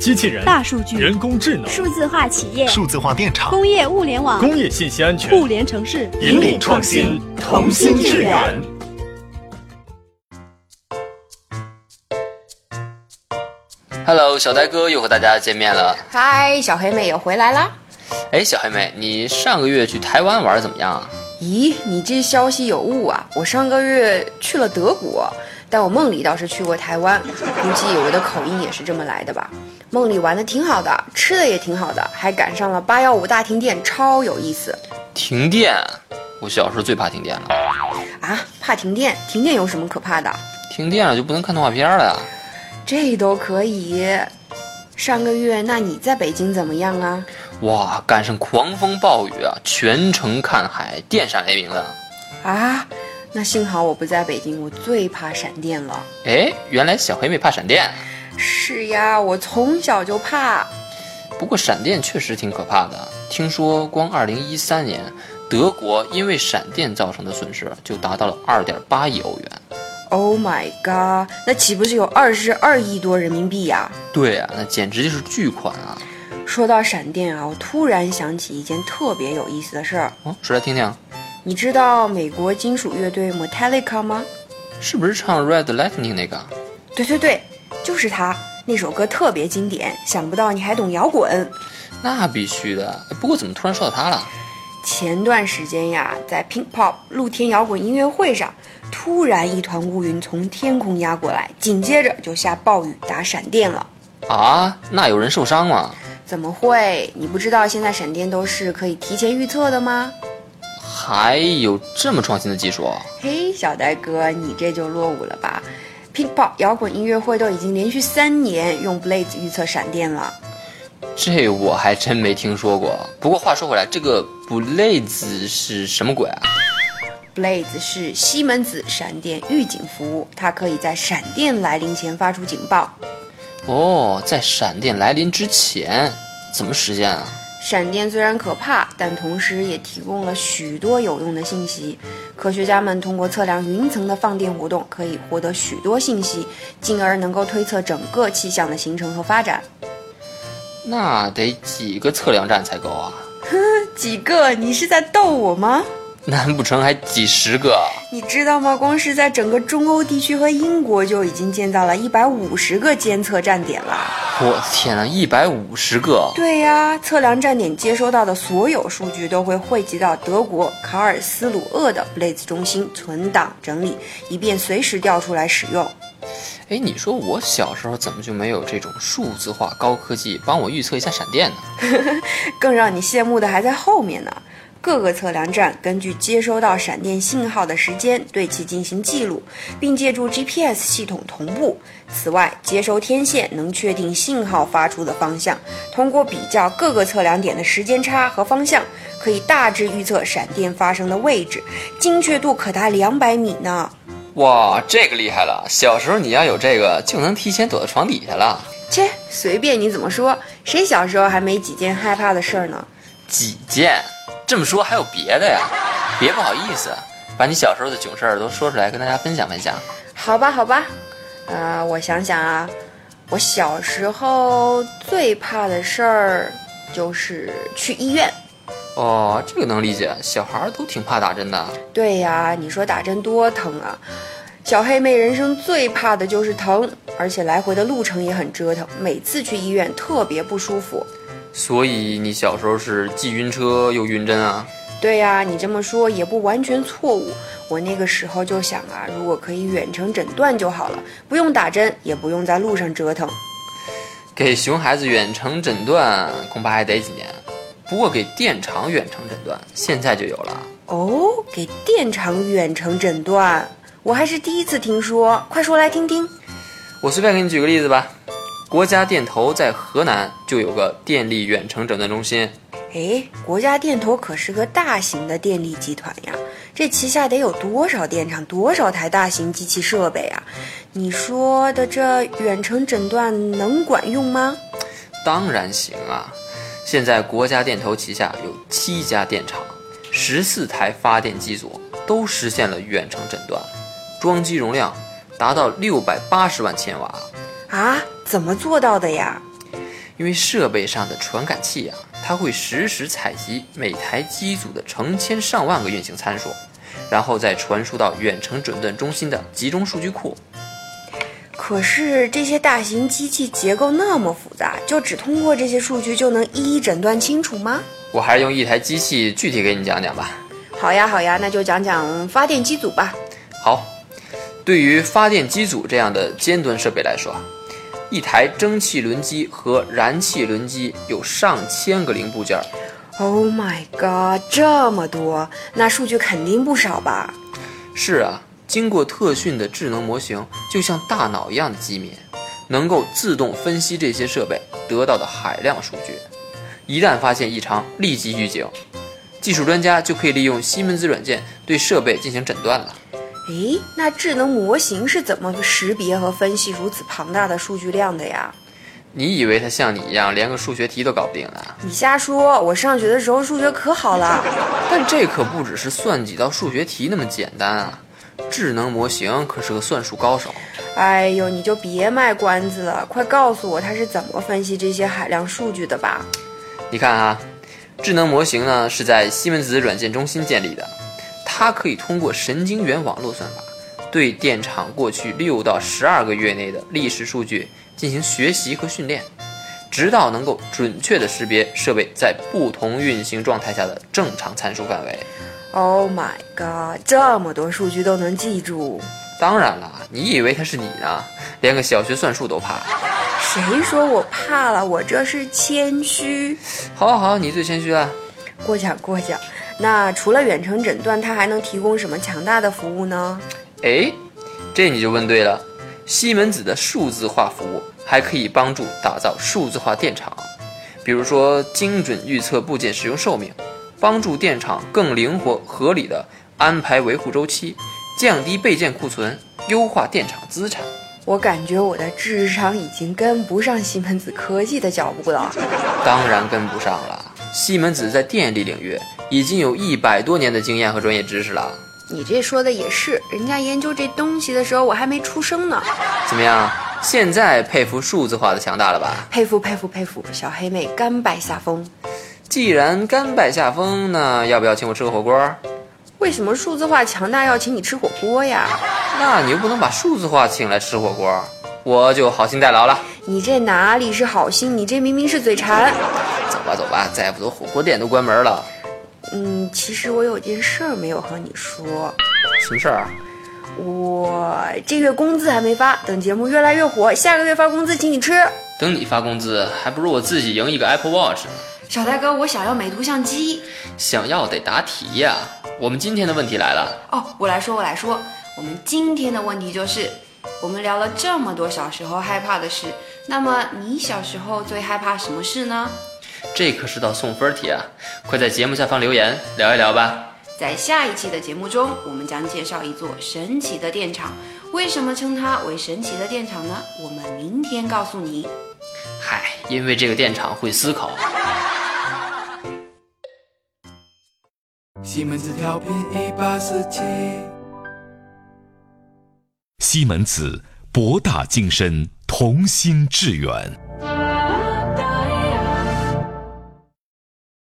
机器人、大数据、人工智能、数字化企业、数字化电厂、工业物联网、工业信息安全、互联城市，引领创新，同心致远。 Hello，小呆哥又和大家见面了。嗨，小黑妹又回来啦！哎，小黑妹，你上个月去台湾玩怎么样啊？咦，你这消息有误啊！我上个月去了德国，但我梦里倒是去过台湾，估计我的口音也是这么来的吧。梦里玩的挺好的，吃的也挺好的，还赶上了八幺五大停电，超有意思停电，我小时候最怕停电了。啊！怕停电，停电有什么可怕的？停电了就不能看动画片了呀？这都可以。上个月，那你在北京怎么样啊？哇，赶上狂风暴雨啊，全程看海，电闪雷鸣的。啊，那幸好我不在北京，我最怕闪电了。哎，原来小黑妹怕闪电，是呀，我从小就怕。不过闪电确实挺可怕的。听说光2013年，德国因为闪电造成的损失就达到了2.8亿欧元。 Oh my god，那岂不是有二十二亿多人民币呀、对啊，那简直就是巨款啊！说到闪电啊，我突然想起一件特别有意思的事儿。哦，说来听听，你知道美国金属乐队 Metallica 吗？是不是唱《Red Lightning》那个？对对对，就是它。那首歌特别经典，想不到你还懂摇滚。那必须的。不过怎么突然说到他了？前段时间呀，在 Pink Pop 露天摇滚音乐会上，突然一团乌云从天空压过来，紧接着就下暴雨打闪电了。啊，那有人受伤吗？怎么会？你不知道现在闪电都是可以提前预测的吗？还有这么创新的技术？嘿，小呆哥，你这就落伍了吧？Pink Pop 摇滚音乐会都已经连续三年用 Blaze 预测闪电了。这我还真没听说过。不过话说回来，这个 Blaze 是什么鬼啊？ Blaze 是西门子闪电预警服务，它可以在闪电来临前发出警报。哦，在闪电来临之前怎么实现啊？闪电虽然可怕，但同时也提供了许多有用的信息。科学家们通过测量云层的放电活动，可以获得许多信息，进而能够推测整个气象的形成和发展。那得几个测量站才够啊？ 几个？你是在逗我吗？难不成还几十个？你知道吗？光是在整个中欧地区和英国就已经建造了一百五十个监测站点了。我的天呐，一百五十个！对呀、测量站点接收到的所有数据都会汇集到德国卡尔斯鲁厄的 Blaze 中心存档整理，以便随时调出来使用。哎，你说我小时候怎么就没有这种数字化高科技帮我预测一下闪电呢？更让你羡慕的还在后面呢。各个测量站根据接收到闪电信号的时间，对其进行记录，并借助 GPS 系统同步。此外，接收天线能确定信号发出的方向，通过比较各个测量点的时间差和方向，可以大致预测闪电发生的位置，精确度可达两百米呢。哇，这个厉害了！小时候你要有这个，就能提前躲到床底下了。切，随便你怎么说，谁小时候还没几件害怕的事儿呢？几件？这么说还有别的呀？别不好意思，把你小时候的囧事儿都说出来，跟大家分享分享。好吧，好吧，呃，我想想啊，我小时候最怕的事儿就是去医院。哦，这个能理解，小孩儿都挺怕打针的。对呀、你说打针多疼啊！小黑妹人生最怕的就是疼，而且来回的路程也很折腾，每次去医院特别不舒服。所以你小时候是既晕车又晕针啊？对呀、你这么说也不完全错误。我那个时候就想啊，如果可以远程诊断就好了，不用打针，也不用在路上折腾。给熊孩子远程诊断恐怕还得几年，不过给电肠远程诊断现在就有了。哦，给电肠远程诊断，我还是第一次听说，快说来听听。我随便给你举个例子吧，国家电投在河南就有个电力远程诊断中心，哎，国家电投可是个大型的电力集团呀，这旗下得有多少电厂、多少台大型机器设备啊？你说的这远程诊断能管用吗？当然行啊！现在国家电投旗下有七家电厂，十四台发电机组都实现了远程诊断，装机容量达到六百八十万千瓦。啊，怎么做到的呀？因为设备上的传感器啊，它会实时采集每台机组的成千上万个运行参数，然后再传输到远程诊断中心的集中数据库。可是这些大型机器结构那么复杂，就只通过这些数据就能一一诊断清楚吗？我还是用一台机器具体给你讲讲吧。好呀，好呀，那就讲讲发电机组吧。好，对于发电机组这样的尖端设备来说，啊一台蒸汽轮机和燃气轮机有上千个零部件儿， Oh my god，这么多，那数据肯定不少吧？是啊，经过特训的智能模型就像大脑一样的机敏，能够自动分析这些设备得到的海量数据，一旦发现异常，立即预警。技术专家就可以利用西门子软件对设备进行诊断了。诶，那智能模型是怎么识别和分析如此庞大的数据量的呀？你以为他像你一样连个数学题都搞不定呢？你瞎说，我上学的时候数学可好了。但这可不只是算几道数学题那么简单啊！智能模型可是个算术高手。哎呦，你就别卖关子了，快告诉我它是怎么分析这些海量数据的吧。你看啊，智能模型呢是在西门子软件中心建立的，它可以通过神经元网络算法，对电厂过去六到十二个月内的历史数据进行学习和训练，直到能够准确的识别设备在不同运行状态下的正常参数范围。 Oh my god，这么多数据都能记住？当然啦，你以为它是你呢？连个小学算术都怕。谁说我怕了？我这是谦虚。好啊好好，你最谦虚了。过奖过奖。那除了远程诊断，它还能提供什么强大的服务呢？哎，这你就问对了。西门子的数字化服务还可以帮助打造数字化电厂，比如说精准预测部件使用寿命，帮助电厂更灵活合理的安排维护周期，降低备件库存，优化电厂资产。我感觉我的智商已经跟不上西门子科技的脚步了。当然跟不上了，西门子在电力领域已经有一百多年的经验和专业知识了。你这说的也是，人家研究这东西的时候，我还没出生呢。怎么样？现在佩服数字化的强大了吧？佩服佩服佩服，小黑妹甘拜下风。既然甘拜下风，那要不要请我吃个火锅？为什么数字化强大要请你吃火锅呀？那你又不能把数字化请来吃火锅，我就好心代劳了。你这哪里是好心，你这明明是嘴馋。走吧走吧，再不走火锅店都关门了。嗯，其实我有件事儿没有和你说。什么事儿啊？我这月工资还没发，等节目越来越火，下个月发工资请你吃。等你发工资，还不如我自己赢一个 Apple Watch 呢。小大哥，我想要美图相机。想要得答题呀、我们今天的问题来了，哦，我来说，我来说。我们今天的问题就是，我们聊了这么多小时候害怕的事，那么你小时候最害怕什么事呢？这可是道送分题啊！快在节目下方留言聊一聊吧。在下一期的节目中，我们将介绍一座神奇的电厂。为什么称它为神奇的电厂呢？我们明天告诉你。嗨，因为这个电厂会思考。西门子调频一八四七。西门子，博大精深，同心致远。